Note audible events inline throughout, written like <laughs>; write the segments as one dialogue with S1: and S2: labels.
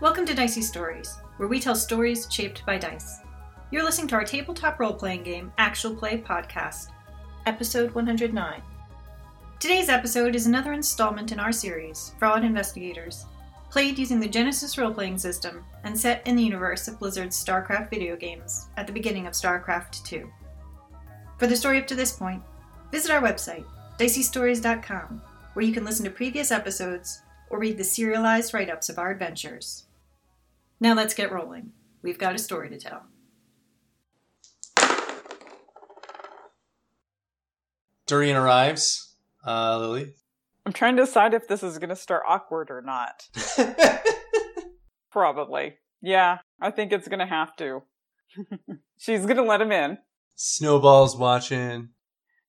S1: Welcome to Dicey Stories, where we tell stories shaped by dice. You're listening to our tabletop role playing game, Actual Play Podcast, episode 109. Today's episode is another installment in our series, Fraud Investigators, played using the Genesis role playing system and set in the universe of Blizzard's StarCraft video games at the beginning of StarCraft II. For the story up to this point, visit our website, diceystories.com, where you can listen to previous episodes or read the serialized write ups of our adventures. Now let's get rolling. We've got a story to tell.
S2: Doreen arrives. Uh, Lily.
S3: I'm trying to decide if this is going to start awkward or not. Probably. Yeah, I think it's going to have to. <laughs> She's going to let him in.
S2: Snowball's watching.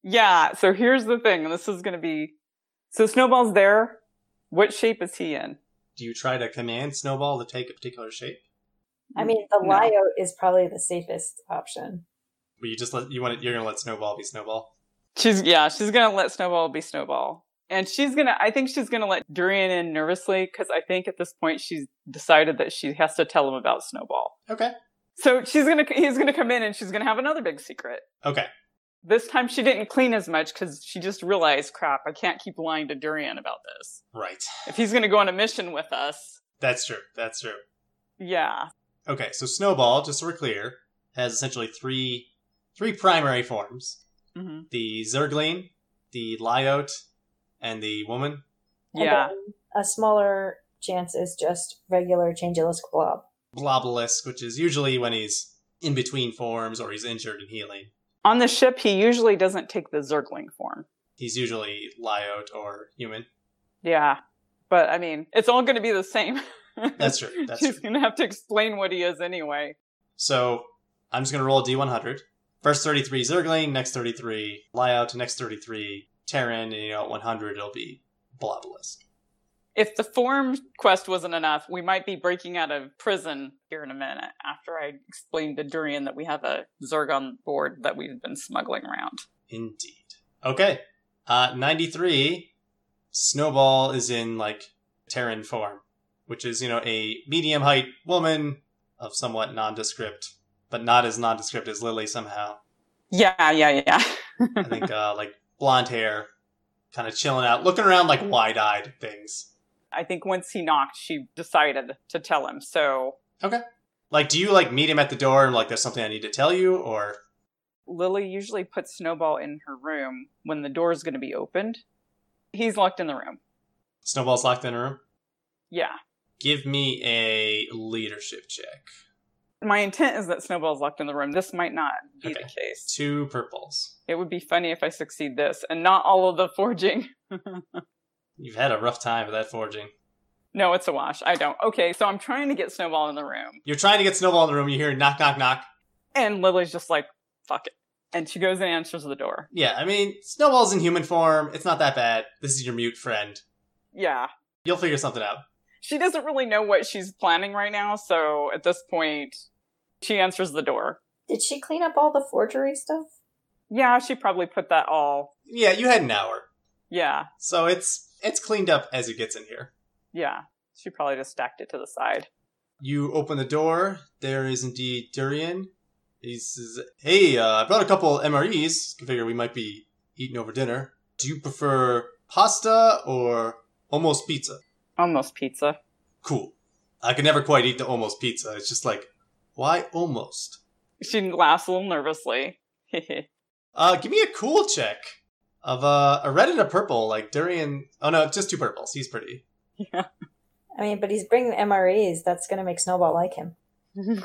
S3: Yeah, so here's the thing. and This is going to be. So Snowball's there. What shape is he in?
S2: Do you try to command Snowball to take a particular shape?
S4: I mean, the
S3: No.
S4: Lyo is probably the safest option.
S2: But you just let you want to, you're gonna let Snowball be Snowball.
S3: She's, yeah, she's going to let Snowball be Snowball. And she's going to, I think she's going to let Durian in nervously because I think at this point she's decided that she has to tell him about Snowball.
S2: Okay.
S3: So she's going to, he's going to come in and she's going to have another big secret.
S2: Okay.
S3: This time she didn't clean as much because she just realized, crap, I can't keep lying to Durian about this.
S2: Right.
S3: If he's going to go on a mission with us,
S2: That's true. That's true.
S3: yeah,
S2: Okay. So Snowball, just so we're clear, has essentially three three primary forms:
S3: hmm
S2: the Zergling, the Lyote, and the woman.
S4: And
S3: yeah,
S4: then a smaller chance is just regular changeless blob.
S2: Blobulus, which is usually when he's in between forms or he's injured and healing.
S3: on the ship he usually doesn't take the zergling form.
S2: He's usually Lyote or human.
S3: Yeah, but I mean, it's all going to be the same.
S2: <laughs>
S3: <laughs>
S2: That's true. That's
S3: She's
S2: true.
S3: going to have to explain what he is anyway.
S2: So I'm just going to roll a d100. First 33 Zergling, next 33 Lyout, next 33 Terran, and you know, at 100 it'll be Blobelisk.
S3: If the form quest wasn't enough, we might be breaking out of prison here in a minute after I explained to Durian that we have a Zerg on board that we've been smuggling around.
S2: Indeed. Okay. Uh, 93 Snowball is in like Terran form, which is, you know, a medium height woman of somewhat nondescript, but not as nondescript as Lily somehow.
S3: Yeah, yeah, <laughs> yeah.
S2: I think uh, like blonde hair, kind of chilling out, looking around like wide eyed things.
S3: I think once he knocked, she decided to tell him. So
S2: Like, do you like meet him at the door and like there's something I need to tell you, or
S3: Lily usually puts Snowball in her room when the door's going to be opened. He's locked in the room.
S2: Snowball's locked in a room?
S3: Yeah.
S2: Give me a leadership check.
S3: My intent is that Snowball's locked in the room. This might not be
S2: Okay.
S3: the case.
S2: Two purples.
S3: It would be funny if I succeed this and not all of the forging. <laughs>
S2: You've had a rough time with that forging.
S3: no, it's a wash. I don't. Okay, so I'm trying to get Snowball in the room.
S2: You're trying to get Snowball in the room. You hear knock, knock, knock.
S3: And Lily's just like, fuck it. And she goes and answers the door.
S2: Yeah, I mean, Snowball's in human form. It's not that bad. This is your mute friend.
S3: Yeah.
S2: You'll figure something out.
S3: She doesn't really know what she's planning right now. So at this point, she answers the door.
S4: Did she clean up all the forgery stuff?
S3: Yeah, she probably put that all.
S2: Yeah, you had an hour,
S3: Yeah,
S2: so it's it's cleaned up as it gets in here.
S3: yeah. She probably just stacked it to the side.
S2: You open the door. There is indeed Durian. He says, "Hey, uh, I brought a couple MREs. Figure we might be eating over dinner. Do you prefer pasta or almost pizza?
S3: Almost pizza.
S2: Cool. I can never quite eat the almost pizza. It's just like, why almost?
S3: She laughs a little nervously. <laughs>
S2: Uh, give me a cool check of uh, a red and a purple. Like Durian. Oh no, just two purples. He's pretty.
S4: I mean, but he's bringing MREs. That's going to make Snowball like him.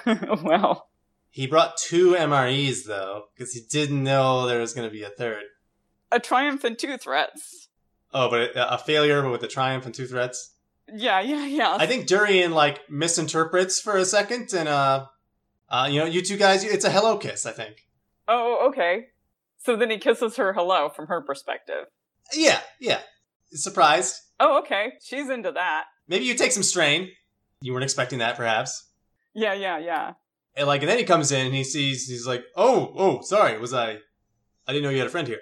S3: well,
S2: He brought two MREs though, because he didn't know there was going to be a third.
S3: a triumph and two threats.
S2: Oh, but a, a failure, but with a triumph and two threats.
S3: Yeah, yeah, yeah.
S2: I think Durian like misinterprets for a second, and uh, uh, you know, you two guys, it's a hello kiss. I think.
S3: oh, okay. So then he kisses her hello from her perspective.
S2: Yeah, yeah. Surprised.
S3: Oh, okay. She's into that.
S2: Maybe you take some strain. You weren't expecting that, perhaps.
S3: Yeah, yeah, yeah.
S2: And like, and then he comes in and he sees. He's like, "Oh, oh, sorry. Was I? I didn't know you had a friend here.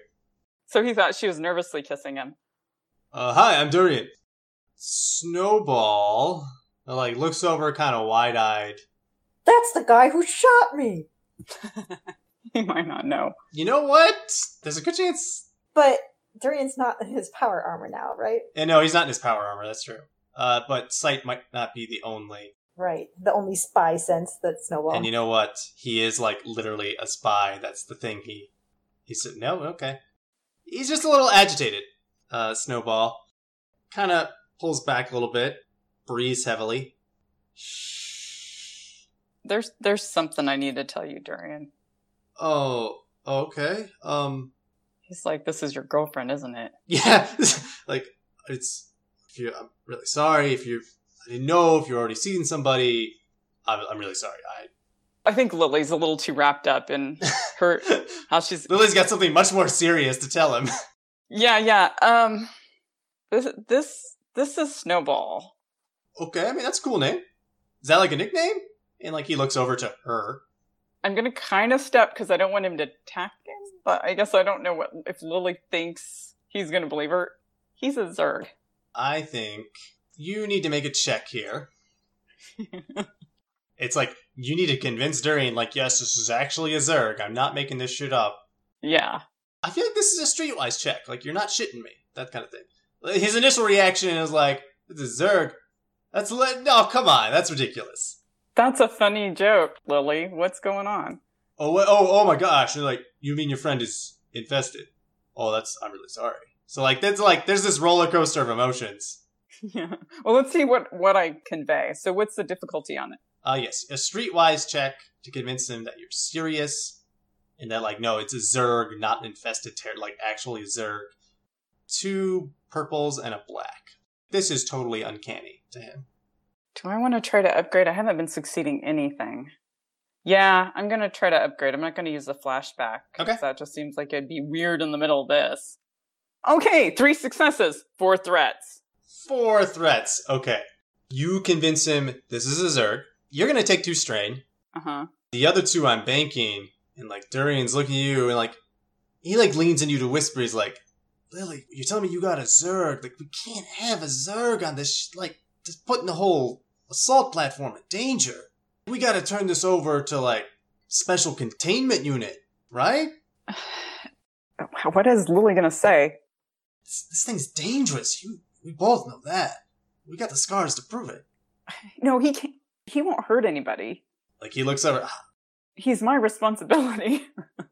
S3: So he thought she was nervously kissing him.
S2: Uh, hi, I'm Durian. Snowball Like looks over, kind of wide eyed.
S4: That's the guy who shot me.
S3: <laughs> he might not know.
S2: You know what? There's a good chance.
S4: But Durian's not in his power armor now, right?
S2: And no, he's not in his power armor. That's true. Uh, but sight might not be the only.
S4: Right. The only spy sense that Snowball.
S2: And you know what? He is like literally a spy. That's the thing. He he said no. Okay. He's just a little agitated. Uh, Snowball kind of pulls back a little bit, breathes heavily.
S3: There's there's something I need to tell you, Durian.
S2: Oh, okay. Um, <laughs>
S3: He's like, this is your girlfriend, isn't it?
S2: yeah. like it's. If you, I'm really sorry if you. I didn't know if you've already seen somebody. I'm, I'm really sorry. I
S3: I think Lily's a little too wrapped
S2: <laughs>
S3: up in her how she's.
S2: Lily's got something much more serious to tell him.
S3: Yeah, yeah. Um, this this this is Snowball.
S2: okay, I mean that's a cool name. Is that like a nickname? And like he looks over to her.
S3: I'm gonna kind of step because I don't want him to attack him, but I guess I don't know what if Lily thinks he's gonna believe her. He's a Zerg.
S2: I think you need to make a check here. It's like you need to convince Durian, like, yes, this is actually a Zerg. I'm not making this shit up.
S3: yeah,
S2: I feel like this is a streetwise check. Like you're not shitting me. That kind of thing. His initial reaction is like, "This is Zerg." That's le- no, come on, that's ridiculous.
S3: that's a funny joke, Lily. What's going on? <laughs>
S2: Oh, wha- oh, oh my gosh! You're like, you mean your friend is infested? Oh, that's I'm really sorry. So like, that's like, there's this roller coaster of emotions.
S3: yeah. Well, let's see what what I convey. So, what's the difficulty on it?
S2: Uh yes, a streetwise check to convince him that you're serious, and that like, no, it's a Zerg, not an infested terror, like actually Zerg. Two purples and a black. This is totally uncanny to him.
S3: Do I want to try to upgrade? I haven't been succeeding anything. Yeah, I'm gonna try to upgrade. I'm not gonna use the flashback. 'cause
S2: Okay.
S3: That just seems like it'd be weird in the middle of this. Okay, three successes, four threats.
S2: Four threats. Okay. You convince him this is a Zerg. You're going to take two strain.
S3: Uh huh.
S2: The other two I'm banking. And like Durian's looking at you and like, he like leans in you to whisper. He's like, Lily, you're telling me you got a Zerg. Like, we can't have a Zerg on this. Sh- like, just putting the whole assault platform in danger. We got to turn this over to like special containment unit, right?
S3: Oh, What is Lily gonna say?
S2: This, this thing's dangerous. You, we both know that. We got the scars to prove it.
S3: No, he can't. He won't hurt anybody.
S2: Like, he looks over. "Ah,
S3: He's my responsibility. <laughs>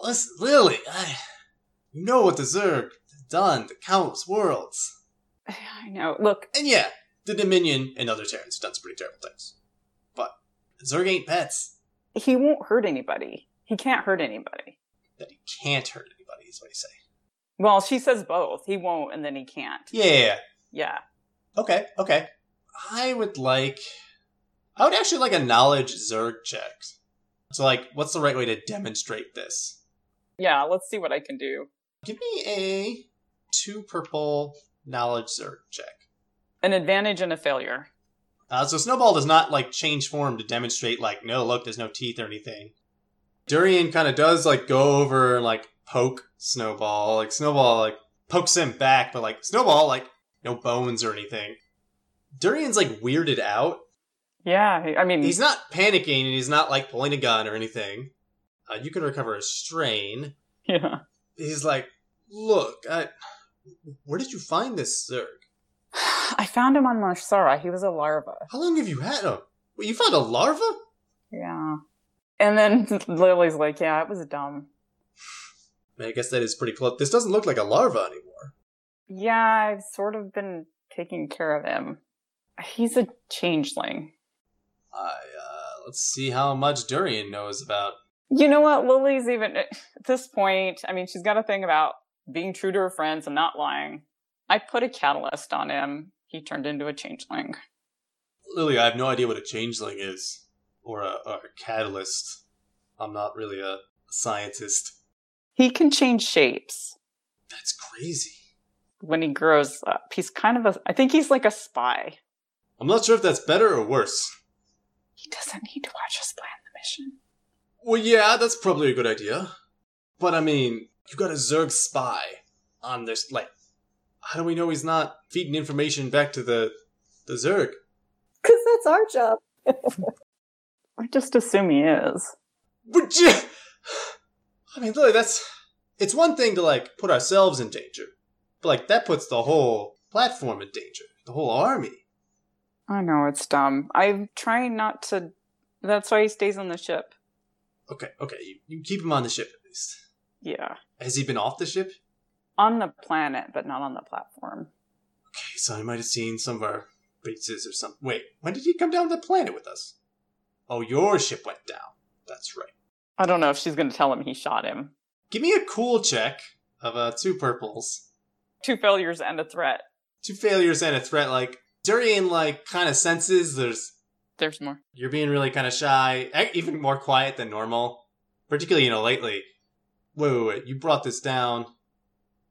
S2: Listen, Lily, I, you know what the Zerg have done to countless worlds.
S3: I know. Look,
S2: And yeah, the Dominion and other Terrans have done some pretty terrible things. But Zerg ain't pets.
S3: he won't hurt anybody. He can't hurt anybody.
S2: That he can't hurt anybody, is what he's saying.
S3: Well, she says both. He won't, and then he can't.
S2: Yeah, yeah, yeah.
S3: Yeah.
S2: Okay, okay. I would like. I would actually like a knowledge Zerg check. So, like, what's the right way to demonstrate this?
S3: Yeah. Let's see what I can do.
S2: Give me a two purple knowledge Zerg check.
S3: An advantage and a failure.
S2: Uh, so Snowball does not like change form to demonstrate like no look there's no teeth or anything. Durian kind of does like go over and like poke Snowball like Snowball like pokes him back but like Snowball like no bones or anything. Durian's like weirded out.
S3: Yeah. I mean,
S2: He's not panicking and he's not like pulling a gun or anything. Uh, you can recover a strain.
S3: <laughs> yeah.
S2: He's like, look, I, where did you find this Zerg?
S3: <sighs> I found him on Marsara. He was a larva.
S2: How long have you had him? Wait, you found a larva?
S3: Yeah. And then <laughs> Lily's like, yeah, it was dumb.
S2: I, mean, I guess that is pretty close. This doesn't look like a larva anymore.
S3: Yeah, I've sort of been taking care of him. He's a changeling.
S2: I, uh, let's see how much Durian knows about.
S3: You know what? Lily's even eh, at this point, I mean, she's got a thing about being true to her friends and not lying. I put a catalyst on him. He turned into a changeling.
S2: Lily, I have no idea what a changeling is, or a, or a catalyst. I'm not really a scientist.
S3: He can change shapes
S2: That's crazy.
S3: when he grows up. He's kind of a, I think he's like a spy.
S2: I'm not sure if that's better or worse.
S3: He doesn't need to watch us plan the mission.
S2: Well, yeah, that's probably a good idea. But I mean, you got a Zerg spy on this. Like, how do we know he's not feeding information back to the the Zerg?
S4: Because that's our job.
S3: I just assume he is.
S2: Would you? I mean, really, that's. It's one thing to, like, put ourselves in danger, but, like, that puts the whole platform in danger, the whole army.
S3: I know it's dumb. I'm trying not to. That's why he stays on the ship.
S2: Okay, okay, you, you keep him on the ship at least.
S3: Yeah,
S2: Has he been off the ship?
S3: on the planet, but not on the platform.
S2: Okay, so I might have seen some of our bases or something. Wait, when did he come down to the planet with us? Oh, your ship went down. That's right.
S3: I don't know if she's going to tell him he shot him.
S2: Give me a cool check of uh, two purples,
S3: Two failures and a threat.
S2: two failures, and a threat. Like Durian, like kind of senses there's
S3: There's more.
S2: you're being really kind of shy, e- even more quiet than normal. Particularly, you know, lately. Wait, wait, wait. You brought this down,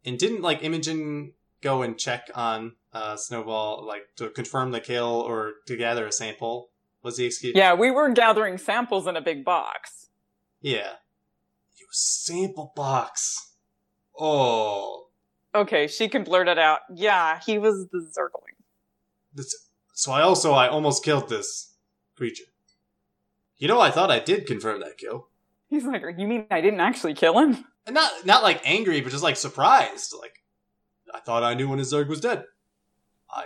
S2: and didn't like Imogen go and check on uh, Snowball, like to confirm the kill or to gather a sample? Was the excuse?
S3: Yeah, we were gathering samples in a big box.
S2: Yeah. You sample box. Oh.
S3: Okay, she can blurt it out. Yeah, he was the zergling.
S2: This, so I also, I almost killed this creature. You know, I thought I did confirm that kill.
S3: He's like, you mean I didn't actually kill him?
S2: And not, not like angry, but just like surprised. Like, I thought I knew when a Zerg was dead. I,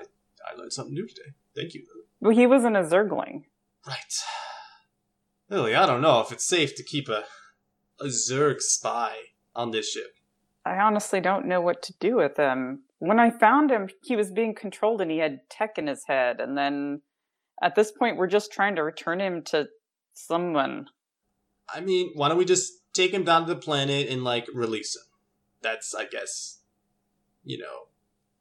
S2: I learned something new today. Thank you.
S3: Well, he wasn't a zergling.
S2: Right. Lily, I don't know if it's safe to keep a, a Zerg spy on this ship.
S3: I honestly don't know what to do with him. When I found him, he was being controlled and he had tech in his head. And then at this point, we're just trying to return him to someone.
S2: I mean, why don't we just take him down to the planet and like release him? That's, I guess, you know,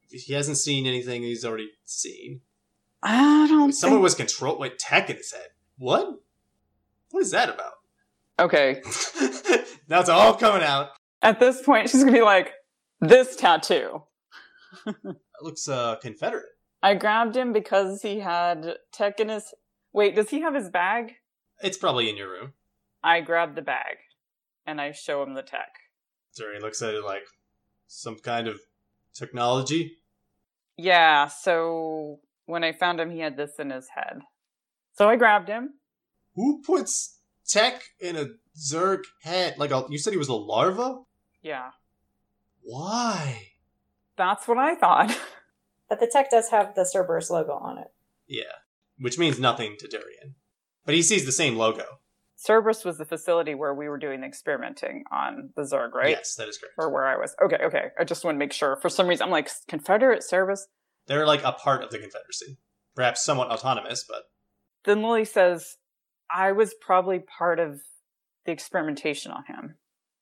S2: he hasn't seen anything he's already seen.
S3: I don't
S2: Someone
S3: think...
S2: was control wait tech in his head. What? What is that about? <laughs>
S3: Okay.
S2: now it's all coming out.
S3: At this point, she's going to be like, this tattoo.
S2: It looks uh Confederate.
S3: I grabbed him because he had tech in his. Wait, does he have his bag?
S2: It's probably in your room.
S3: I grab the bag and I show him the tech.
S2: Zuri looks at it like some kind of technology.
S3: Yeah, so when I found him, he had this in his head. So I grabbed him.
S2: Who puts tech in a Zerg head? Like a, you said he was a larva?
S3: Yeah,
S2: Why?
S3: that's what I thought. <laughs>
S4: But the tech does have the Cerberus logo on it.
S2: Yeah. Which means nothing to Durian. But he sees the same logo.
S3: Cerberus was the facility where we were doing the experimenting on the Zerg, right?
S2: Yes, that is correct.
S3: Or where I was. Okay, okay. I just want to make sure. For some reason, I'm like, Confederate Cerberus?
S2: They're like a part of the Confederacy. Perhaps somewhat autonomous, but
S3: Then Lily says, I was probably part of the experimentation on him.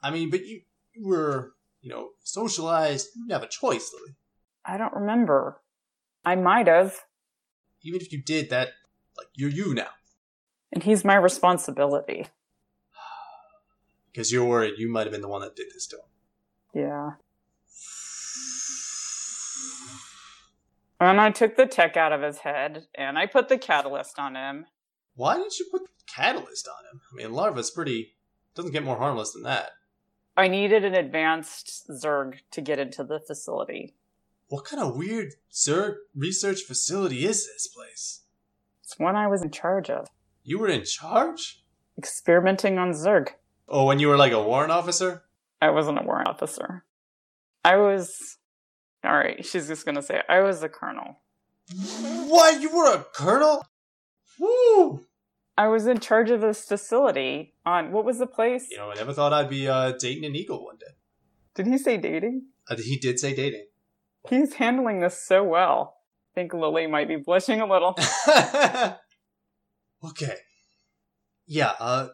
S2: I mean, but you, you were, you know, socialized. You didn't have a choice, Lily.
S3: I don't remember. I might have.
S2: Even if you did that, like, you're you now.
S3: And he's my responsibility.
S2: Because you're worried you might have been the one that did this to him.
S3: Yeah. And I took the tech out of his head and I put the catalyst on him.
S2: Why didn't you put Catalyst on him? I mean, Larva's pretty. doesn't get more harmless than that.
S3: I needed an advanced Zerg to get into the facility.
S2: What kind of weird Zerg research facility is this place?
S3: It's one I was in charge of,
S2: You were in charge?
S3: experimenting on Zerg.
S2: Oh, when you were like a warrant officer?
S3: I wasn't a warrant officer. I was. Alright, she's just gonna say, I was a colonel.
S2: What? You were a colonel? Woo!
S3: I was in charge of this facility on. What was the place?
S2: You know, I never thought I'd be uh, dating an eagle one day.
S3: Did he say dating?
S2: Uh, he did say dating.
S3: He's handling this so well. I think Lily might be blushing a little. <laughs>
S2: <laughs> okay. Yeah, uh,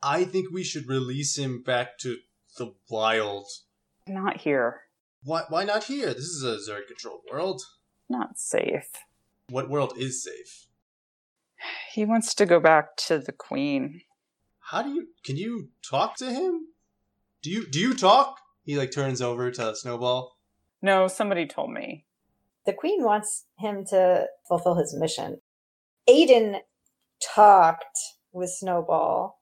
S2: I think we should release him back to the wild.
S3: Not here.
S2: Why, why not here? This is a Zerg controlled world.
S3: Not safe.
S2: What world is safe?
S3: He wants to go back to the queen.
S2: How do you. Can you talk to him? Do you do you talk? He like turns over to Snowball.
S3: No, somebody told me.
S4: The queen wants him to fulfill his mission. Aiden talked with Snowball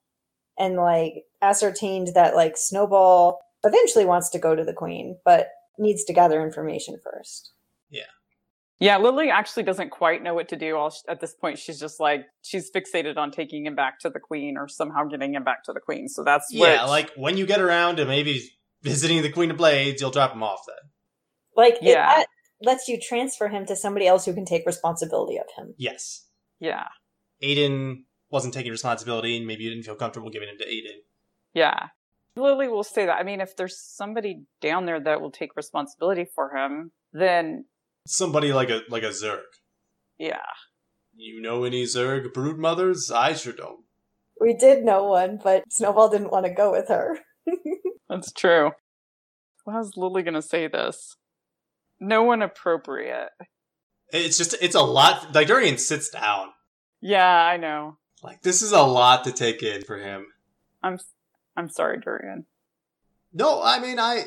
S4: and like ascertained that like Snowball eventually wants to go to the queen, but needs to gather information first.
S3: Yeah, Lily actually doesn't quite know what to do. All at this point, she's just like she's fixated on taking him back to the queen or somehow getting him back to the queen. So that's
S2: Yeah,
S3: what-
S2: like when you get around to maybe visiting the Queen of Blades, you'll drop him off then.
S4: Like, it-
S3: Yeah.
S4: that lets you transfer him to somebody else who can take responsibility of him.
S2: Yes.
S3: yeah,
S2: Aiden wasn't taking responsibility and maybe you didn't feel comfortable giving him to Aiden.
S3: yeah. Lily will say that. I mean, if there's somebody down there that will take responsibility for him, then
S2: Somebody like a like a Zerg.
S3: yeah,
S2: You know any Zerg brood mothers? I sure don't.
S4: We did know one, but Snowball didn't want to go with her.
S3: that's true. How's Lily gonna say this? No one appropriate.
S2: It's just it's a lot like Durian sits down.
S3: Yeah, I know.
S2: Like this is a lot to take in for him.
S3: I'm I'm sorry, Durian.
S2: No, I mean I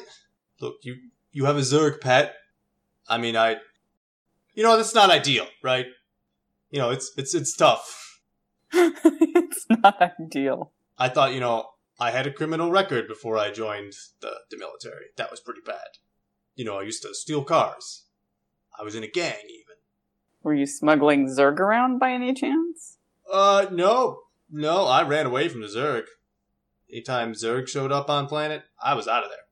S2: look you you have a Zerg pet. I mean I, you know that's not ideal, right? You know it's it's it's tough.
S3: <laughs> it's not ideal.
S2: I thought you know I had a criminal record before I joined the the military. That was pretty bad. You know I used to steal cars. I was in a gang even.
S3: Were you smuggling Zerg around by any chance?
S2: Uh no no I ran away from the Zerg. Anytime Zerg showed up on planet, I was out of there.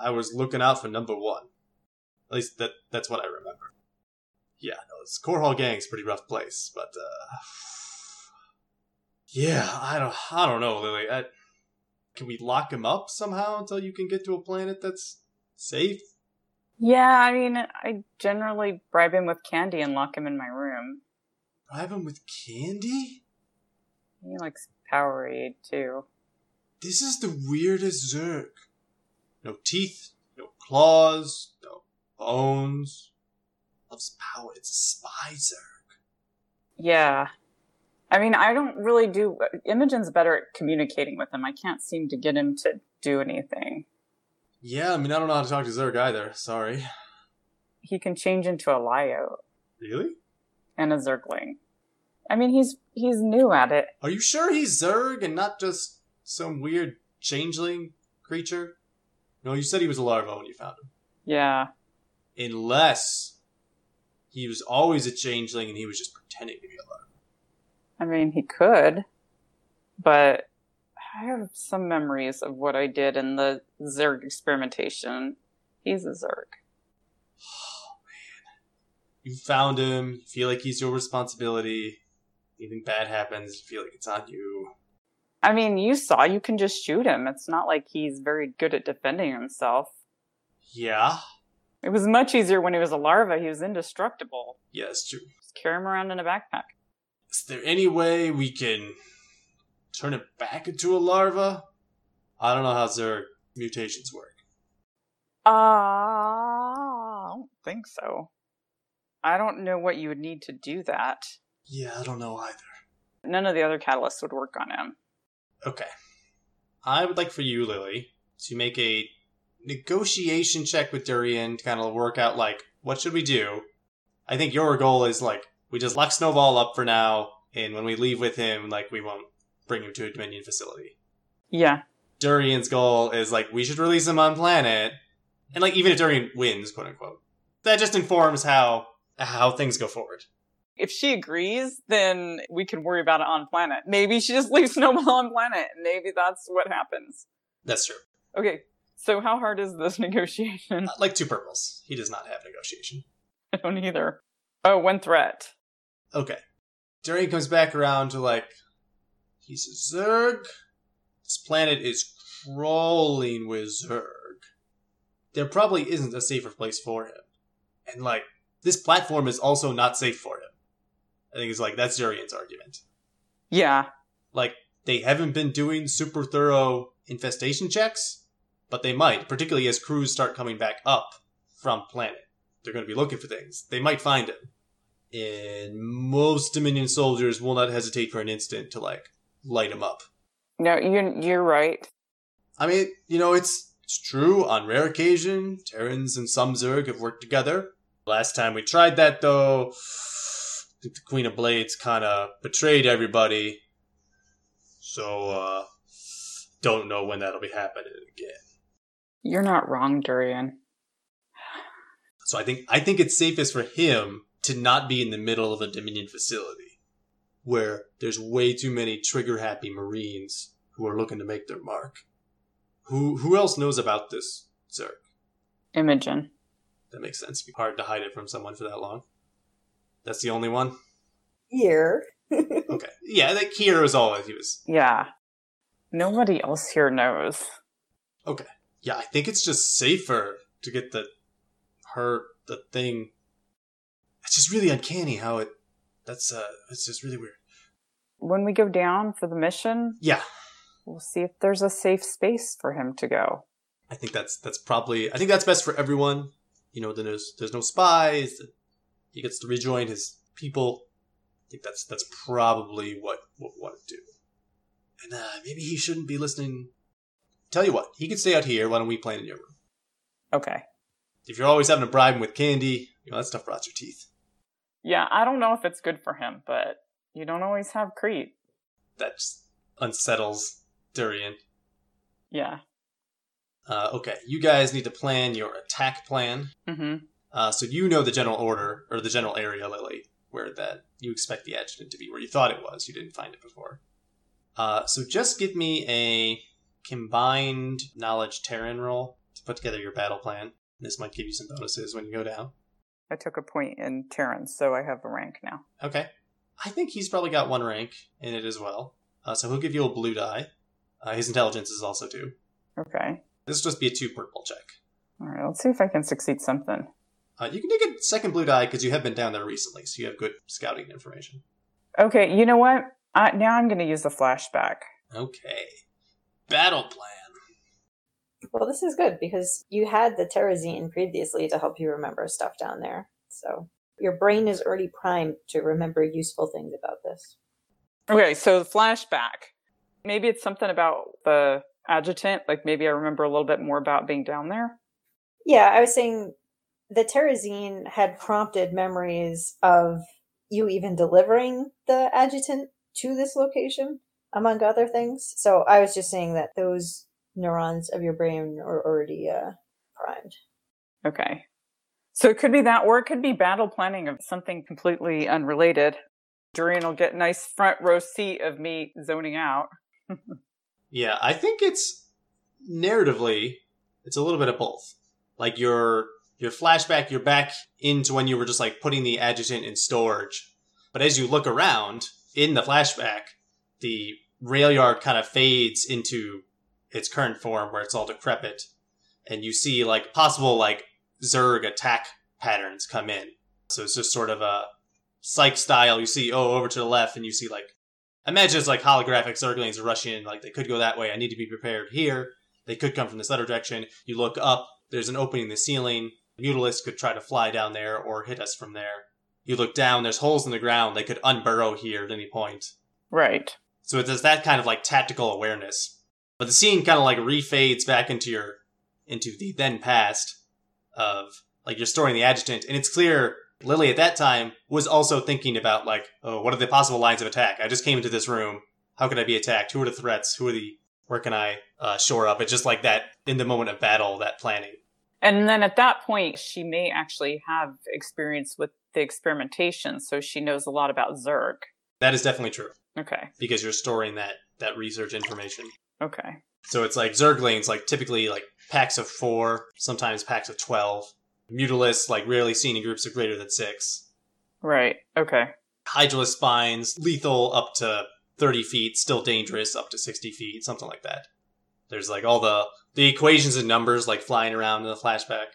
S2: I was looking out for number one. At least that that's what I remember. Yeah, no, this Core Hall Gang's a pretty rough place, but uh Yeah, I don't I don't know, Lily. I, can we lock him up somehow until you can get to a planet that's safe?
S3: Yeah, I mean, I generally bribe him with candy and lock him in my room.
S2: Bribe him with candy?
S3: He likes Powerade too.
S2: This is the weirdest Zerg. No teeth, no claws, no bones. Loves power. It's a spy Zerg.
S3: Yeah. I mean, I don't really do. Imogen's better at communicating with him. I can't seem to get him to do anything.
S2: Yeah, I mean, I don't know how to talk to Zerg either. Sorry.
S3: He can change into a Lyo
S2: Really?
S3: and a Zergling. I mean, he's he's new at it.
S2: Are you sure he's Zerg and not just some weird changeling creature? No, you said he was a larva when you found him.
S3: Yeah.
S2: Unless he was always a changeling and he was just pretending to be a larva.
S3: I mean, he could, but I have some memories of what I did in the Zerg experimentation. He's a Zerg.
S2: You found him. You feel like he's your responsibility. Anything bad happens, you feel like it's on you.
S3: I mean, you saw, you can just shoot him. It's not like he's very good at defending himself.
S2: Yeah.
S3: It was much easier when he was a larva. He was indestructible.
S2: Yeah, that's true.
S3: Just carry him around in a backpack.
S2: Is there any way we can turn it back into a larva? I don't know how Zerg mutations work.
S3: Uh, Ah, I don't think so. I don't know what you would need to do that.
S2: Yeah, I don't know either.
S3: None of the other catalysts would work on him.
S2: Okay. I would like for you, Lily, to make a negotiation check with Durian to kind of work out, like, what should we do? I think your goal is, like, we just lock Snowball up for now, and when we leave with him, like, we won't bring him to a Dominion facility.
S3: Yeah.
S2: Durian's goal is like we should release him on planet, and like even if Durian wins, quote unquote, that just informs how how things go forward.
S3: If she agrees, then we can worry about it on planet. Maybe she just <laughs> leaves Snowball on planet. Maybe that's what happens.
S2: That's true.
S3: Okay. So how hard is this <laughs> negotiation?
S2: Uh, Like two purples, he does not have negotiation.
S3: I don't either. Oh, one threat.
S2: Okay, Durian comes back around to like he's a Zerg. This planet is crawling with Zerg. There probably isn't a safer place for him, and like this platform is also not safe for him. I think it's like that's Durian's argument.
S3: Yeah.
S2: like they haven't been doing super thorough infestation checks, but they might, particularly as crews start coming back up from planet. They're going to be looking for things. They might find him. And most Dominion soldiers will not hesitate for an instant to like light him up.
S3: No, you're you're right.
S2: I mean, you know, it's it's true. On rare occasion, Terrans and some Zerg have worked together. Last time we tried that, though, I think the Queen of Blades kind of betrayed everybody. So, uh, don't know when that'll be happening again.
S3: You're not wrong, Durian.
S2: So I think I think it's safest for him to not be in the middle of a Dominion facility where there's way too many trigger happy Marines who are looking to make their mark. Who who else knows about this, sir?
S3: Imogen.
S2: That makes sense. It'd be hard to hide it from someone for that long. That's the only one? <laughs>
S4: Here.
S2: Okay. Yeah, that Kier was always he was
S3: Yeah. Nobody else here knows.
S2: Yeah, I think it's just safer to get the her the thing. It's just really uncanny how it. That's uh, it's just really weird.
S3: When we go down for the mission,
S2: Yeah,
S3: we'll see if there's a safe space for him to go.
S2: I think that's that's probably. I think that's best for everyone. You know, then there's there's no spies. He gets to rejoin his people. I think that's that's probably what what we want to do. And uh, maybe he shouldn't be listening. Tell you what, he could stay out here. Why don't we plan in your room?
S3: Okay.
S2: If you're always having to bribe him with candy, you know that stuff rots your teeth.
S3: Yeah, I don't know if it's good for him, but you don't always have Crete.
S2: That just unsettles Durian.
S3: Yeah.
S2: Uh, okay, you guys need to plan your attack plan.
S3: Mm-hmm.
S2: Uh, so you know the general order or the general area, Lily, where that you expect the adjutant to be, where you thought it was. You didn't find it before. Uh, so just give me a combined knowledge Terran roll to put together your battle plan. This might give you some bonuses when you go down.
S3: I took a point in Terran, so I have a rank now.
S2: Okay. I think he's probably got one rank in it as well. Uh, so he'll give you a blue die. Uh, his intelligence is also two.
S3: Okay.
S2: This will just be a two purple check.
S3: All right, let's see if I can succeed something.
S2: Uh, you can take a second blue die because you have been down there recently, so you have good scouting information.
S3: Okay, you know what? I, now I'm going to use the flashback.
S2: Okay. Battle plan.
S4: Well, this is good because you had the Terrazine previously to help you remember stuff down there. So your brain is already primed to remember useful things about this.
S3: Okay, so the flashback. Maybe it's something about the adjutant. Like maybe I remember a little bit more about being down there.
S4: Yeah, I was saying the Terrazine had prompted memories of you even delivering the adjutant to this location, among other things. So I was just saying that those neurons of your brain are already uh, primed.
S3: Okay. So it could be that, or it could be battle planning of something completely unrelated. Durian will get nice front row seat of me zoning out.
S2: Yeah, I think it's narratively, it's a little bit of both. Like your your flashback, you're back into when you were just like putting the adjutant in storage. But as you look around in the flashback, the rail yard kind of fades into its current form where it's all decrepit. And you see like possible like Zerg attack patterns come in. So it's just sort of a psych style. You see, oh, over to the left, and you see like I imagine it's like holographic circlings rushing in, like they could go that way. I need to be prepared here. They could come from this other direction. You look up, there's an opening in the ceiling. Mutalisk could try to fly down there or hit us from there. You look down, there's holes in the ground. They could unburrow here at any point.
S3: Right.
S2: So it's just that kind of like tactical awareness. But the scene kind of like refades back into your into the then past of like you're storing the adjutant, and it's clear Lily at that time was also thinking about like, oh, what are the possible lines of attack? I just came into this room. How could I be attacked? Who are the threats? Who are the where can I uh, shore up? It's just like that in the moment of battle, that planning.
S3: And then at that point, she may actually have experience with the experimentation, so she knows a lot about Zerg.
S2: That is definitely true
S3: Okay.
S2: because you're storing that that research information.
S3: Okay.
S2: So it's like Zerglings, like typically like packs of four, sometimes packs of twelve. Mutalists, like rarely seen in groups of greater than six.
S3: Right. Okay.
S2: Hydralis spines, lethal up to thirty feet, still dangerous up to sixty feet, something like that. There's like all the the equations and numbers like flying around in the flashback.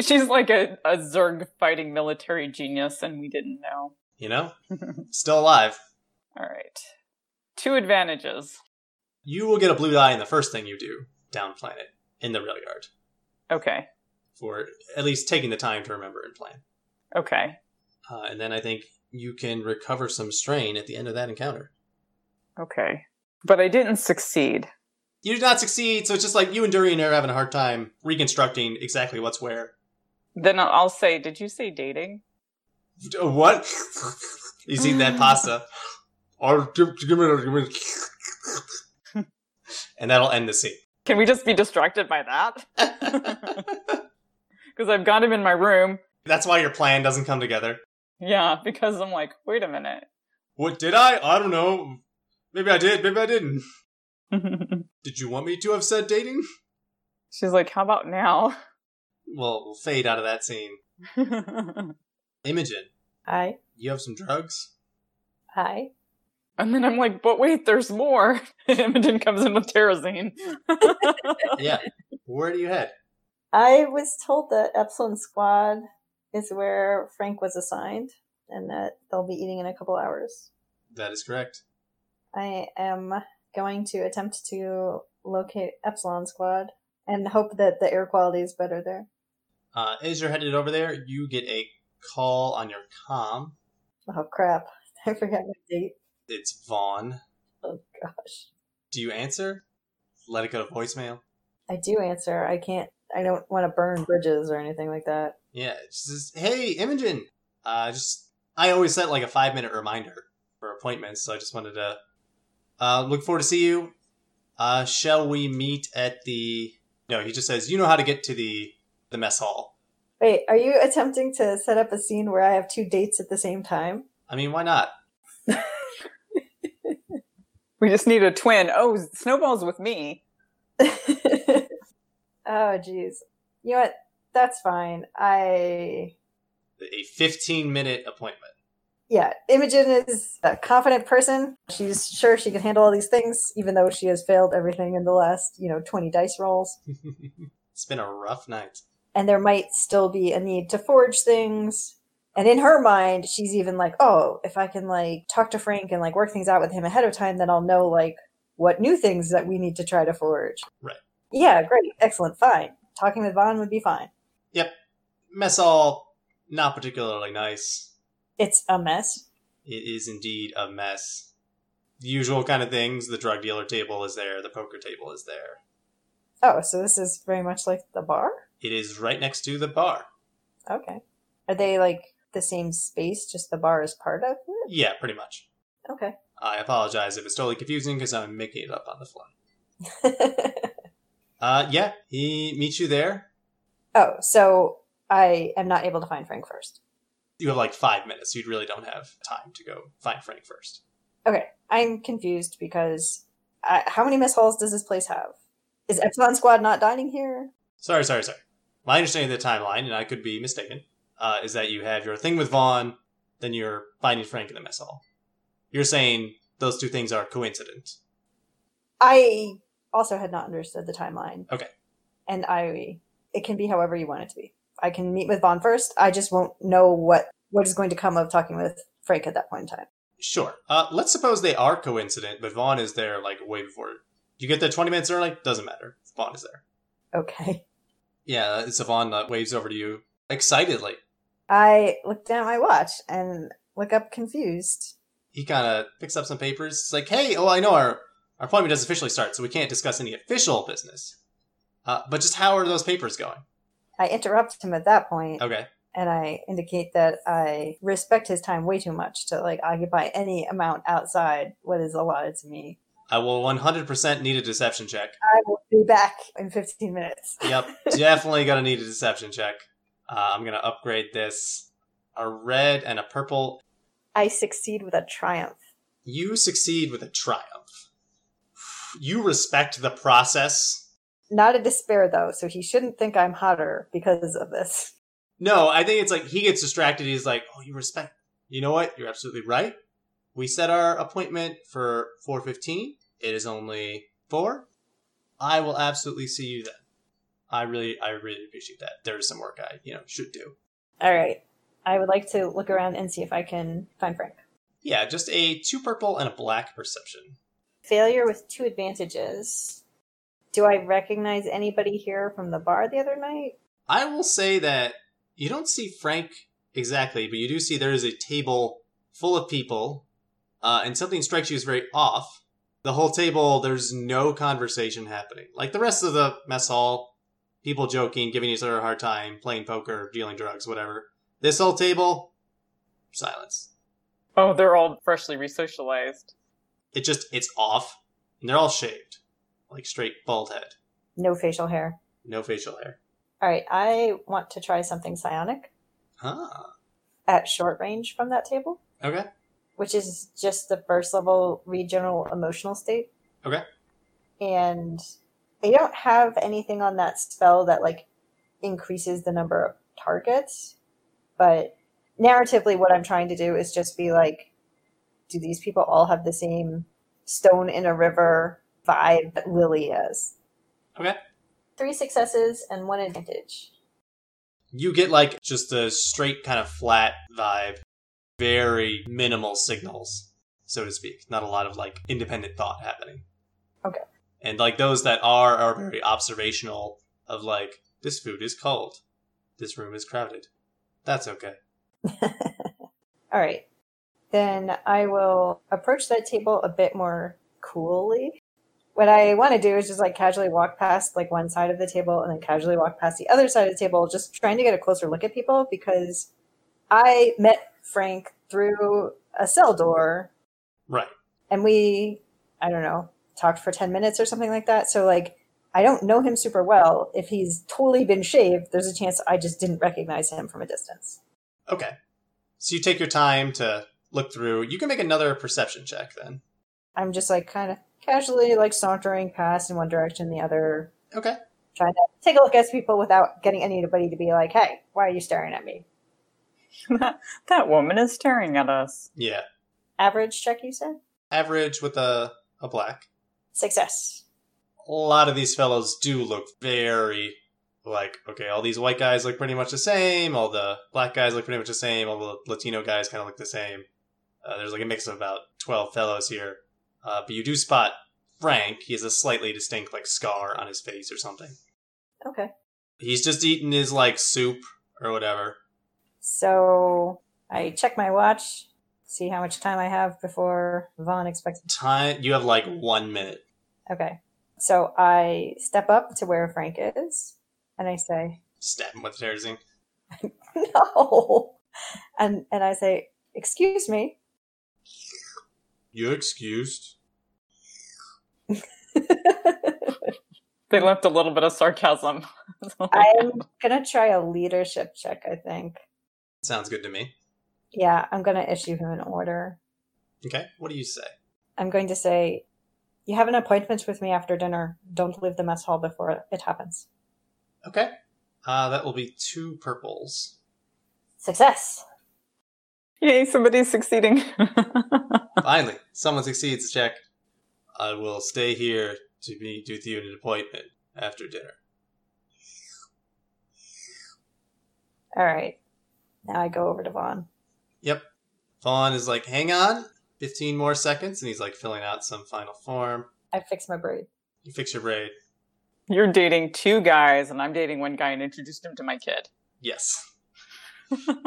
S3: She's like a, a Zerg fighting military genius, and we didn't know.
S2: You know,
S3: <laughs> All
S2: still alive.
S3: right. Two advantages.
S2: You will get a blue die in the first thing you do down planet in the rail yard
S3: Okay.
S2: for at least taking the time to remember and plan.
S3: Okay.
S2: Uh, and then I think you can recover some strain at the end of that encounter.
S3: Okay. But I didn't succeed.
S2: you did not succeed. So it's just like you and Durian are having a hard time reconstructing exactly what's where.
S3: Then I'll- I'll say, did you say dating?
S2: What? <laughs> He's eating that <laughs> pasta. Or give, give me, give me. and that'll end the scene.
S3: Can we just be distracted by that? Because I've got him in my room.
S2: That's why your plan doesn't come together.
S3: Yeah, because I'm like, wait a minute. <laughs>
S2: What did I? I don't know. Maybe I did, maybe I didn't. Did you want me to have said dating?
S3: She's like, how about now? <laughs>
S2: Well, we'll fade out of that scene.
S3: and
S2: Imogen,
S4: I,
S2: you have some drugs?
S4: I.
S3: then I'm like, but wait, there's more. <laughs> And Imogen comes in with terrazine.
S2: yeah. Where do you head?
S4: I was told that Epsilon Squad is where Frank was assigned and that they'll be eating in a couple hours.
S2: That is correct.
S4: I am going to attempt to locate Epsilon Squad and hope that the air quality is better there.
S2: Uh, as you're headed over there, you get a call on your com.
S4: Oh crap. <laughs> I forgot my date.
S2: It's Vaughn.
S4: Oh gosh.
S2: Do you answer? Let it go to voicemail.
S4: I do answer. I can't I don't want to burn bridges or anything like that.
S2: Yeah, she says, "Hey, Imogen." Uh, just I always set like a five minute reminder for appointments, so I just wanted to uh, look forward to see you. Uh, shall we meet at the? No, he just says, "You know how to get to the the mess hall."
S4: Wait, are you attempting to set up a scene where I have two dates at the same time?
S2: I mean, why not?
S3: <laughs> we just need a twin. Oh, Snowball's with me.
S4: oh <laughs> jeez. Oh, You know what? That's fine. I
S2: A fifteen minute appointment. <laughs>
S4: yeah, Imogen is a confident person. She's sure she can handle all these things, even though she has failed everything in the last, you know, 20 dice rolls.
S2: it's been a rough night.
S4: And there might still be a need to forge things. And in her mind, she's even like, oh, if I can like talk to Frank and like work things out with him ahead of time, then I'll know like what new things that we need to try to forge.
S2: Right.
S4: Yeah, great, excellent, fine. Talking with Vaughn would be fine.
S2: Mess hall, not particularly nice.
S4: It's a mess.
S2: It is indeed a mess. The usual kind of things. The drug dealer table is there. The poker table is there.
S4: Oh, so this is very much like the bar?
S2: It is right next to the bar.
S4: Okay. Are they like the same space, just the bar is part of it?
S2: Yeah, pretty much.
S4: Okay.
S2: I apologize if it's totally confusing because I'm making it up on the fly. Uh, yeah, he meets you there.
S4: <laughs> oh, so I am not able to find Frank first.
S2: You have like five minutes. You really don't have time to go find Frank first.
S4: Okay, I'm confused because I, how many mess halls does this place have? Is Epsilon Squad not dining here?
S2: Sorry, sorry, sorry. My understanding of the timeline, and I could be mistaken, uh, is that you have your thing with Vaughn, then you're finding Frank in the mess hall. You're saying those two things are coincident.
S4: I also had not understood the timeline.
S2: Okay.
S4: And I, it can be however you want it to be. I can meet with Vaughn first. I just won't know what what is going to come of talking with Frank at that point in time.
S2: Sure. Uh, let's suppose they are coincident, but Vaughn is there like way before. You get there 20 minutes early? Doesn't matter. Vaughn is there.
S4: Okay.
S2: Yeah, it's Vaughn that waves over to you excitedly.
S4: I look down at my watch and look up confused.
S2: he kind of picks up some papers. It's like, hey, oh, I know our, our appointment doesn't officially start, so we can't discuss any official business. Uh, but just how are those papers going?
S4: I interrupt him at that point,
S2: Okay.
S4: and I indicate that I respect his time way too much to like occupy any amount outside what is allotted to me.
S2: I will 100% need a deception check.
S4: I will be back in 15 minutes.
S2: <laughs> Yep. definitely going to need a deception check. Uh, I'm going to upgrade this. A red and a purple.
S4: I succeed with a triumph.
S2: You succeed with a triumph. You respect the process.
S4: Not a despair though, so he shouldn't think I'm hotter because of this.
S2: No, I think it's like he gets distracted. He's like, "Oh, you respect. You know what? You're absolutely right. We set our appointment for 4:15. It is only 4. I will absolutely see you then. I really I really appreciate that. There is some work I, you know, should do.
S4: All right. I would like to look around and see if I can find Frank.
S2: Yeah, just a two purple and a black perception.
S4: Failure with two advantages. Do I recognize anybody here from the bar the other night?
S2: I will say that you don't see Frank exactly, but you do see there is a table full of people, uh, and something strikes you as very off. The whole table, there's no conversation happening. Like the rest of the mess hall, people joking, giving each other a hard time, playing poker, dealing drugs, whatever. This whole table, silence.
S3: Oh, they're all freshly resocialized.
S2: It just, it's off, and they're all shaved. Like straight bald head,
S4: No facial hair.
S2: no facial hair.
S4: All right, I want to try something psionic.
S2: Huh.
S4: at short range from that table,
S2: Okay.
S4: which is just the first level regional emotional state.
S2: Okay.
S4: And I don't have anything on that spell that like increases the number of targets, but narratively, what I'm trying to do is just be like, do these people all have the same stone in a river vibe that Lily is?
S2: Okay.
S4: Three successes and one advantage.
S2: You get like just a straight kind of flat vibe, very minimal signals, so to speak. Not a lot of like independent thought happening.
S4: Okay.
S2: And like those that are are very observational of like this food is cold, this room is crowded. That's okay.
S4: All right. Then I will approach that table a bit more coolly. What I want to do is just like casually walk past like one side of the table and then casually walk past the other side of the table, just trying to get a closer look at people because I met Frank through a cell door
S2: Right.
S4: and we, I don't know, talked for 10 minutes or something like that. So like, I don't know him super well. If he's totally been shaved, there's a chance I just didn't recognize him from a distance.
S2: Okay. So you take your time to look through. You can make another perception check then.
S4: I'm just like kind of casually like sauntering past in one direction, the other,
S2: Okay.
S4: trying to take a look at people without getting anybody to be like, "Hey, why are you staring at me?"
S3: that woman is staring at us.
S2: Yeah.
S4: Average check, you said.
S2: Average with a, a black.
S4: Success.
S2: a lot of these fellows do look very like okay all these white guys look pretty much the same all the black guys look pretty much the same all the latino guys kind of look the same uh, there's like a mix of about 12 fellows here uh, but you do spot frank he has a slightly distinct like scar on his face or something
S4: Okay.
S2: he's just eaten his like soup or whatever
S4: So I check my watch, see how much time I have before Vaughn expects.
S2: time you have like one minute
S4: Okay. So I step up to where Frank is, and I say, <laughs>
S2: stab him with terzine
S4: "No," and and I say, "Excuse me." <laughs>
S2: you excused
S3: They left a little bit of sarcasm. <laughs>
S4: I'm gonna try a leadership check. I think.
S2: sounds good to me
S4: Yeah, I'm going to issue him an order.
S2: okay what do you say
S4: I'm going to say, You have an appointment with me after dinner. Don't leave the mess hall before it happens.
S2: okay uh, that will be two purples
S4: Success.
S3: Yay, somebody's succeeding. <laughs>
S2: Finally, someone succeeds the check. I will stay here to meet with you in an appointment after dinner.
S4: All right. Now I go over to Vaughn.
S2: Vaughn is like, hang on, 15 more seconds, and he's like filling out some final form.
S4: I fix my braid.
S2: You fix your braid.
S3: You're dating two guys, and I'm dating one guy and introduced him to my kid.
S2: Yes.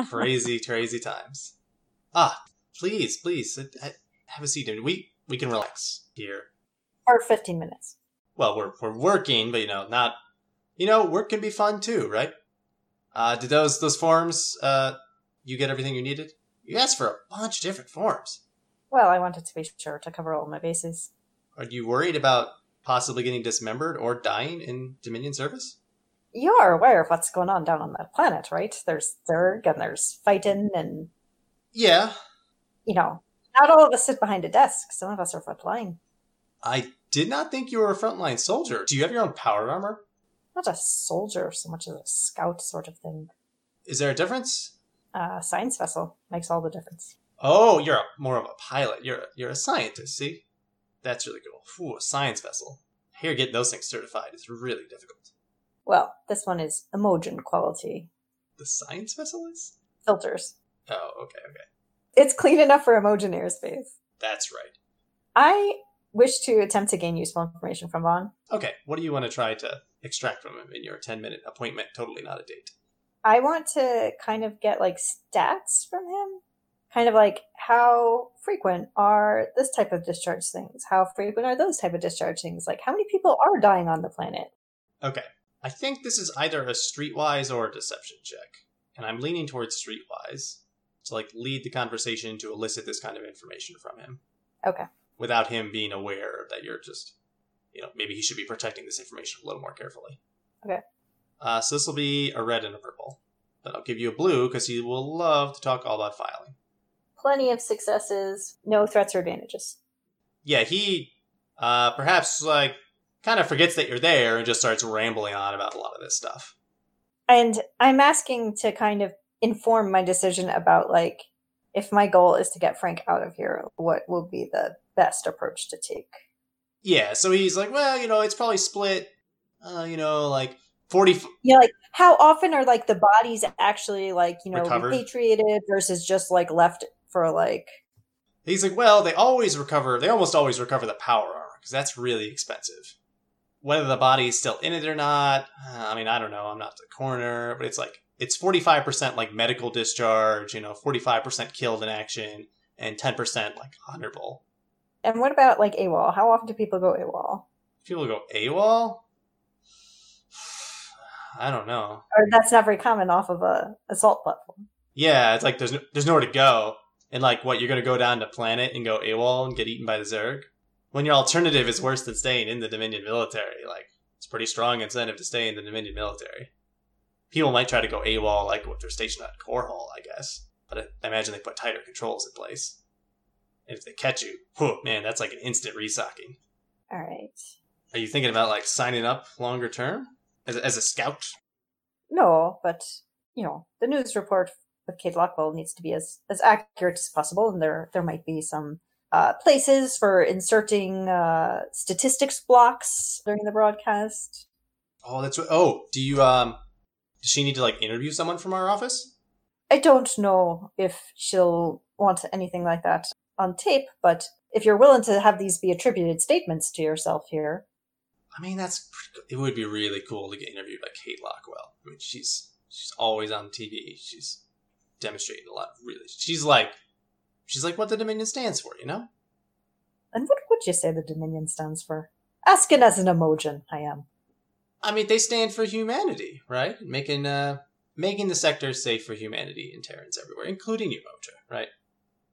S2: crazy, crazy times. Ah, please, please, sit- ha- have a seat. and We we can relax here.
S4: For 15 minutes.
S2: Well, we're we're working, but you know, not. You know, work can be fun too, right? Uh, did those those forms? Uh, you get everything you needed. You asked for a bunch of different forms.
S4: Well, I wanted to be sure to cover all my bases.
S2: Are you worried about possibly getting dismembered or dying in Dominion service?
S4: You are aware of what's going on down on that planet, right? There's Zerg and there's fighting, and,
S2: Yeah,
S4: you know, not all of us sit behind a desk. Some of us are frontline.
S2: I did not think you were a frontline soldier. Do you have your own power armor?
S4: Not a soldier so much as a scout sort of thing.
S2: Is there a difference?
S4: uh, science vessel makes all the difference.
S2: Oh, you're a, more of a pilot. You're a, you're a scientist. See, that's really cool. Ooh, a science vessel. Here, getting those things certified is really difficult.
S4: Well, this one is emojin quality
S2: The science vessel is.
S4: filters.
S2: Oh, okay, okay.
S4: It's clean enough for emojin airspace.
S2: That's right.
S4: I wish to attempt to gain useful information from Vaughn.
S2: Okay, what do you want to try to extract from him in your 10 minute appointment? Totally not a date.
S4: I want to kind of get like stats from him. Kind of like how frequent are this type of discharge things? How frequent are those type of discharge things? Like how many people are dying on the planet?
S2: Okay. I think this is either a streetwise or a deception check. And I'm leaning towards streetwise to like lead the conversation to elicit this kind of information from him.
S4: Okay.
S2: Without him being aware that you're just, you know, maybe he should be protecting this information a little more carefully.
S4: Okay.
S2: Uh, so this will be a red and a purple. But I'll give you a blue because he will love to talk all about filing.
S4: Plenty of successes, no threats or advantages.
S2: Yeah, he uh, perhaps like kind of forgets that you're there and just starts rambling on about a lot of this stuff.
S4: And I'm asking to kind of inform my decision about like if my goal is to get Frank out of here, what will be the best approach to take?
S2: Yeah, so he's like, well, you know, it's probably split, uh, you know, like 40,
S4: Yeah, like how often are like the bodies actually like, you know,
S2: Recovered.
S4: repatriated versus just like left for like
S2: He's like, well, they always recover. They almost always recover the power armor because that's really expensive. Whether the body's still in it or not, uh, I mean, I don't know. I'm not the coroner, but it's like it's 45% like medical discharge, you know, 45% killed in action, and 10% like honorable.
S4: and what about like AWOL? How often do people go AWOL?
S2: People go AWOL. <sighs> I don't know.
S4: Or that's not very common off of a assault platform.
S2: Yeah, it's like there's no, there's nowhere to go, and like what you're gonna go down to planet and go AWOL and get eaten by the Zerg. When your alternative is worse than staying in the Dominion military, like it's a pretty strong incentive to stay in the Dominion military. People might try to go AWOL like what they're stationed at Core Hall, I guess, but I imagine they put tighter controls in place. And if they catch you, whew, man, that's like an instant resocking.
S4: All right.
S2: Are you thinking about like signing up longer term as a, as a scout?
S4: No, but you know, the news report with Kate Lockwell needs to be as, as accurate as possible, and there there might be some uh, places for inserting uh, statistics blocks during the broadcast.
S2: Oh, that's what, oh. Do you um? Does she need to like interview someone from our office?
S4: I don't know if she'll want anything like that on tape, but if you're willing to have these be attributed statements to yourself here,
S2: I mean, that's pretty cool. it would be really cool to get interviewed by Kate Lockwell. I mean, she's she's always on TV. She's demonstrating a lot. Of really, she's like she's like what the Dominion stands for, you know?
S4: and what would you say the Dominion stands for? Asking as an emotion, I am.
S2: I mean, they stand for humanity, right? Making uh making the sector safe for humanity and Terrans everywhere, including Umoja, right?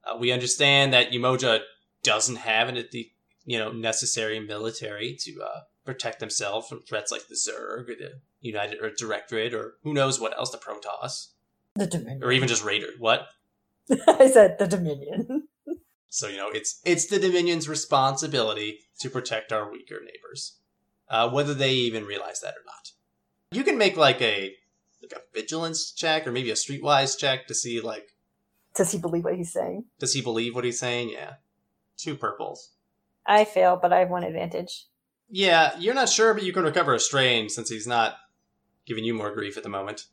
S2: Uh, we understand that Umoja doesn't have an the you know necessary military to uh, protect themselves from threats like the Zerg or the United or Directorate or who knows what else, the Protoss.
S4: The Dominion.
S2: or even just Raider. What?
S4: <laughs> I said the Dominion. <laughs>
S2: So you know, it's it's the Dominion's responsibility to protect our weaker neighbors, uh, whether they even realize that or not. You can make like a like a vigilance check or maybe a streetwise check to see like
S4: Does he believe what he's saying?
S2: does he believe what he's saying? Yeah, two purples.
S4: I fail, but I have one advantage.
S2: Yeah, you're not sure, but you can recover a strain since he's not giving you more grief at the moment.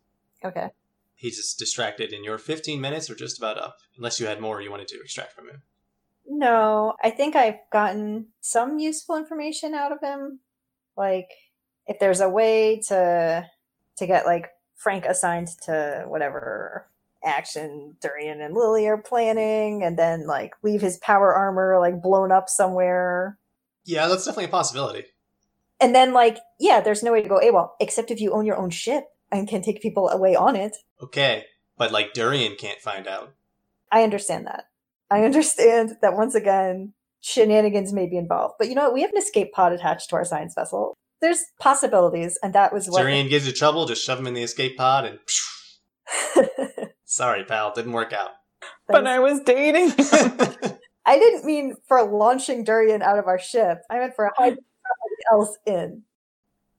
S4: Okay.
S2: He's just distracted, and your 15 minutes are just about up, unless you had more you wanted to extract from him.
S4: No, I think I've gotten some useful information out of him. Like if there's a way to to get like Frank assigned to whatever action Durian and Lily are planning and then like leave his power armor like blown up somewhere.
S2: Yeah, that's definitely a possibility.
S4: And then like, yeah, there's no way to go AWOL except if you own your own ship and can take people away on it.
S2: Okay, but like Durian can't find out.
S4: I understand that. I understand that once again, shenanigans may be involved. But you know what? We have an escape pod attached to our science vessel. There's possibilities, and that was what. <laughs>
S2: Tyrion gives you trouble, just shove him in the escape pod and sorry, pal, didn't work out.
S3: But I was dating.
S2: <laughs>
S4: I didn't mean for launching Durian out of our ship. I meant for hiding somebody else in.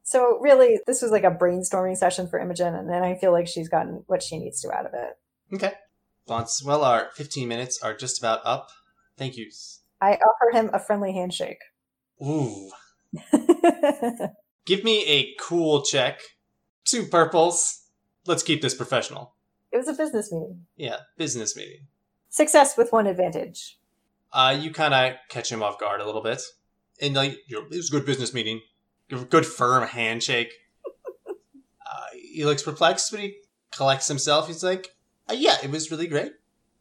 S4: So really, this was like a brainstorming session for Imogen, and then I feel like she's gotten what she needs to out of it.
S2: okay. Once, well, our 15 minutes are just about up. Thank you.
S4: I offer him a friendly handshake. <laughs>
S2: Ooh. Give me a cool check. Two purples. Let's keep this professional.
S4: it was a business meeting.
S2: Yeah, business meeting.
S4: Success with one advantage.
S2: Uh, you kind of catch him off guard a little bit. And, like, you know, it was a good business meeting. Good firm handshake. uh, he looks perplexed, but he collects himself. He's like, uh, yeah, it was really great.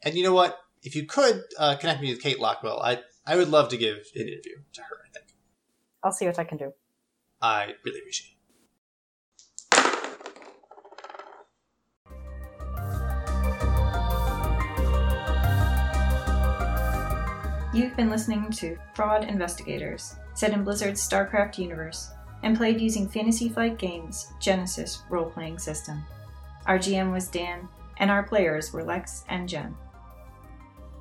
S2: And you know what? If you could uh, connect me with Kate Lockwell, I, I would love to give an interview to her, I think.
S4: I'll see what I can do.
S2: I really appreciate it.
S1: You've been listening to Fraud Investigators, set in Blizzard's StarCraft universe, and played using Fantasy Flight Games' Genesis role playing system.
S4: Our GM was Dan, and our players were Lex and Jen.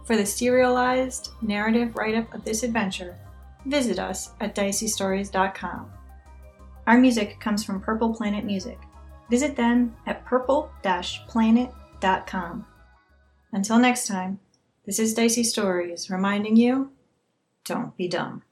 S4: For the serialized narrative write up of this adventure, visit us at diceystories.com. Our music comes from Purple Planet Music. Visit them at purple planet.com. Until next time, this is Dicey Stories reminding you don't be dumb.